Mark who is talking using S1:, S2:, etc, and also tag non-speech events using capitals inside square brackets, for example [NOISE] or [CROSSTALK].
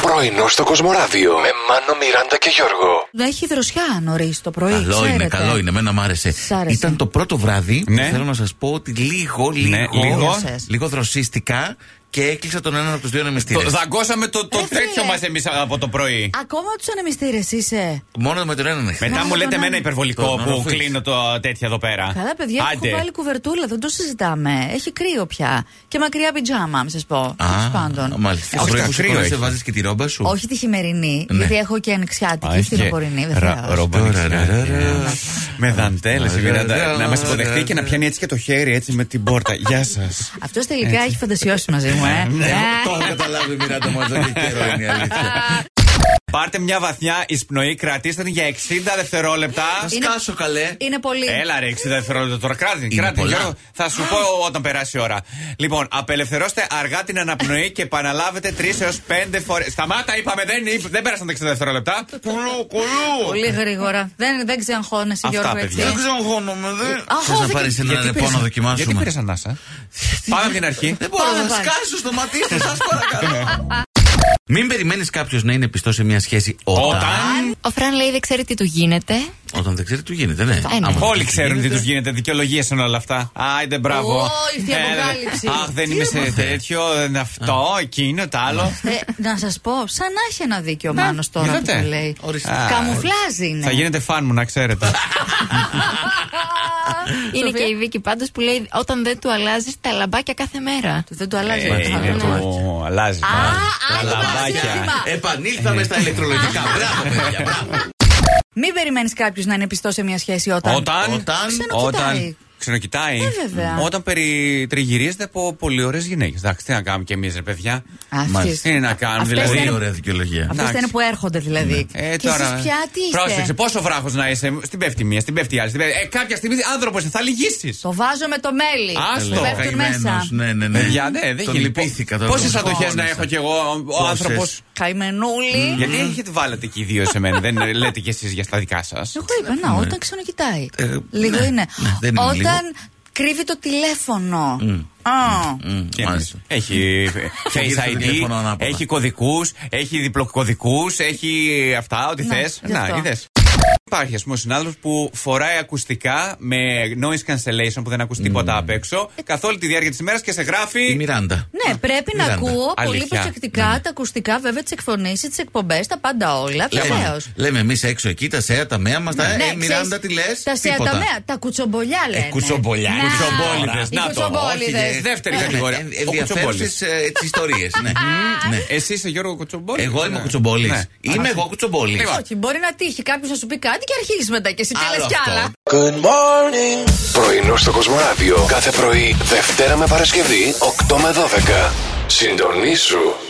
S1: Πρωινό στο Κοσμοράδιο με Μάνο, Μιράντα και Γιώργο.
S2: Δεν έχει δροσιά νωρί το πρωί.
S3: Καλό
S2: ξέρετε.
S3: είναι, καλό είναι. Εμένα μ' άρεσε.
S2: Σ' άρεσε.
S3: Ήταν το πρώτο βράδυ.
S4: Ναι.
S3: Θέλω να σας πω ότι λίγο, λίγο,
S4: Ναι, λίγο.
S3: λίγο δροσίστηκα και έκλεισα τον έναν από τους δύο
S4: Το,
S3: ανεμιστήρες.
S4: δαγκώσαμε το, το
S2: Ρε φίλε.
S4: τέτοιο μας εμείς από το πρωί.
S2: Ακόμα τους ανεμιστήρες είσαι.
S3: Μόνο με τον έναν έχασα.
S4: Μετά
S2: Μόνο
S4: μου λέτε
S2: τον
S4: εμένα
S2: άλλο.
S4: υπερβολικό
S3: Τον
S4: που
S3: Οροφής.
S4: κλείνω το τέτοια εδώ πέρα.
S2: Καλά, παιδιά,
S4: Άντε.
S2: έχω βάλει κουβερτούλα, δεν το συζητάμε. Έχει κρύο πια. Και μακριά πιτζάμα, να σας πω. Τέλος πάντων.
S3: Μάλιστα. Στο
S4: Όχι,
S3: πρωί
S4: τα
S3: που
S4: κρύο
S3: σηκώνεσαι
S4: έχει.
S3: βάζεις και τη ρόμπα σου.
S2: Όχι τη χειμερινή,
S3: Ναι.
S2: γιατί έχω και ανοιξιάτικη, φθινοπορεινή. βεβαίως.
S3: Τώρα, ρα, Ε, ρα,
S2: Ε.
S3: ρα.
S4: Με δαντέλες,
S3: Ρα, ρα, ρα,
S4: να μας υποδεχτεί
S3: ρα,
S4: και να
S3: ρα.
S4: πιάνει έτσι και το χέρι έτσι με την πόρτα. Γεια σας. [LAUGHS]
S2: Αυτός τελικά έχει φαντασιώσει μαζί μου, ε.
S4: Ναι,
S2: Ε.
S3: Το έχω καταλάβει, Μιράντα, μου εδώ και καιρό είναι η αλήθεια.
S4: Πάρτε μια βαθιά εισπνοή, κρατήστε την για 60 δευτερόλεπτα.
S2: Είναι- Ε-
S3: Σκάσω καλέ.
S2: Είναι πολύ.
S4: Έλα ρε, 60 δευτερόλεπτα τώρα. Κράτη,
S3: Είναι
S4: κράτη.
S3: πολλά.
S4: Γιώργο, θα σου πω όταν περάσει η ώρα. Λοιπόν, απελευθερώστε αργά την αναπνοή και επαναλάβετε 3 έω 5 φορές. Σταμάτα, είπαμε, δεν, είπ- δεν πέρασαν τα 60 δευτερόλεπτα. Κουλού, κουλού.
S2: Πολύ γρήγορα. Δεν, δεν ξεγχώνεσαι,
S4: Αυτά,
S2: Γιώργο,
S4: παιδιά.
S2: έτσι.
S4: Δεν
S3: ξεγχώνομαι, δεν.
S2: Αχ,
S3: Θες να
S2: δεν-
S3: πάρει έναν ρεπό να
S4: Γιατί
S3: δοκιμάσουμε.
S4: πήρες ανάσα. Πάμε από την αρχή.
S3: Δεν μπορώ
S2: Πάμε
S3: να
S2: πάλι.
S3: σκάσω στο ματίστη, σας παρακαλώ. [LAUGHS] Μην περιμένεις κάποιος να είναι πιστός σε μια σχέση όταν.
S4: Όταν.
S5: Ο Φραν λέει δεν ξέρει τι του γίνεται.
S3: Όταν δεν ξέρει, του γίνεται, ναι.
S5: ναι.
S3: Άμα
S4: Όλοι
S3: δεν
S4: ξέρουν τι
S3: γίνεται,
S4: τους γίνεται. Δικαιολογίες είναι όλα αυτά. Άιντε, μπράβο.
S2: Ω, ήρθε η
S4: Ε,
S2: αποκάλυψη.
S4: Αχ, δεν είμαι σε
S3: έπαθε?
S4: τέτοιο. δεν είναι Αυτό, εκείνο, το άλλο.
S2: Ε, να σας πω, σαν να έχει ένα δίκιο ο Μάνος τώρα που
S4: είδατε.
S2: το λέει.
S3: Ναι. Ορίστε.
S2: Καμουφλάζ είναι.
S4: Θα
S2: [LAUGHS]
S4: γίνετε φαν μου, να ξέρετε.
S5: είναι και η Βίκη πάντως που λέει όταν δεν του αλλάζεις τα λαμπάκια κάθε μέρα.
S2: Δεν το αλλάζει. ναι.
S4: Ε,
S2: αυτό.
S4: Είναι το. Αλλάζει.
S2: Α,
S4: Τα
S2: άλλο
S4: λαμπάκια.
S2: παρασύνθημα.
S3: Επανήλθαμε
S4: Ε.
S3: στα
S2: [LAUGHS]
S3: ηλεκτρολογικά. Μπράβο, παιδιά, μπράβο.
S2: Μην περιμένεις κάποιος να είναι πιστός σε μια σχέση όταν.
S4: Όταν.
S3: Όταν-
S2: Ξενοκοιτάει.
S4: Όταν. Ξενοκοιτάει.
S2: Ε, βέβαια.
S4: Όταν περιτριγυρίζεται από πολύ ωραίες γυναίκες. Εντάξει, τι να κάνουμε κι εμείς, ρε παιδιά.
S2: Αυτή.
S4: Τι να κάνουμε,
S2: Αυτές
S4: δηλαδή.
S3: Πολύ
S2: είναι-
S3: ωραία δικαιολογία.
S2: Αυτές
S4: εντάξει.
S2: είναι που έρχονται δηλαδή.
S3: Ναι.
S4: Ε,
S2: και εσεί πια τι είστε.
S4: Πρόσεξε, πόσο βράχος να είσαι. Στην πέφτει η μία, στην πέφτει η άλλη. στην πέφτει- Ε, κάποια στιγμή άνθρωπος θα λυγίσεις.
S2: Το βάζω με το μέλι.
S4: Άστο.
S2: Που Πέφτουν
S3: Καημένος,
S2: μέσα.
S3: Ναι, ναι, ναι.
S4: Παιδιά, ναι, δεν
S3: Τον
S4: γίνει.
S3: λυπήθηκα τώρα.
S4: Πόσες
S3: τον
S4: αντοχέ να
S3: σκόνησα.
S4: έχω κι εγώ, ο
S3: Πόσες.
S4: άνθρωπος.
S2: Καημενούλη.
S3: Ναι.
S4: Γιατί έχετε βάλετε και οι δύο σε μένα, δεν λέτε κι εσείς για στα δικά σας.
S2: Εγώ είπα, να, όταν ξανακοιτάει.
S3: Ναι. Ε,
S2: Λίγο
S3: ναι,
S2: είναι.
S3: ναι, δεν είναι λίγο.
S2: Όταν κρύβει το τηλέφωνο. Α.
S3: Μμ, μάλιστα.
S4: Έχει
S3: Γύρισε
S4: Face
S3: το
S4: ID,
S3: τηλέφωνο ανάποδα.
S4: έχει κωδικούς, έχει διπλοκωδικούς, έχει αυτά, ό,τι
S2: Ναι,
S4: θες.
S2: γι' αυτό.
S4: Να, είδες. Υπάρχει, ας πούμε, ο συνάδελφος που φοράει ακουστικά με noise cancellation που δεν ακούς τίποτα απ' έξω
S3: Ε,
S4: καθ' όλη τη διάρκεια της ημέρας και σε
S3: Η
S4: γράφει.
S3: Μιράντα.
S2: Ναι, πρέπει να
S3: Μιράντα,
S2: ακούω πολύ
S4: αλήθεια.
S2: προσεκτικά
S3: Ναι.
S2: τα ακουστικά, βέβαια, τις εκφωνήσεις, τις εκπομπές, τα πάντα όλα. Βεβαίως.
S3: Λέμε, λέμε εμείς έξω εκεί, τα σέα, τα μέα μας. Ε, Μιράντα, τι λες.
S2: Ναι, Τα σεαταμέα, τα κουτσομπολιά
S3: Ε,
S2: λένε.
S3: κουτσομπολιά,
S2: Να, οι
S4: κουτσομπόλιδες, Ε, να το,
S2: κουτσομπόλιδες.
S4: όχι, δε- Δεύτερη
S3: Ναι, ναι,
S4: κατηγορία.
S3: εν-
S4: Ο Κουτσομπόλης.
S3: Ενδιαφέρουσε ε, τις ιστορίες.
S4: Εσύ είσαι Γιώργο Κουτσομπόλης.
S3: Ναι. Εγώ είμαι ο Κουτσομπόλης.
S4: Ναι.
S3: Είμαι εγώ Κουτσομπόλης.
S4: Λοιπόν,
S2: Όχι, μπορεί να τύχει κάποιος να σου πει κάτι και αρχίζεις μετά και εσύ τι
S3: Άλλο
S2: λες κι
S3: αυτό.
S2: άλλα.
S1: Πρωινό στο Κοσμοράδιο κάθε πρωί, Δευτέρα με Παρασκευή, 8 με 12. Συντονίσου.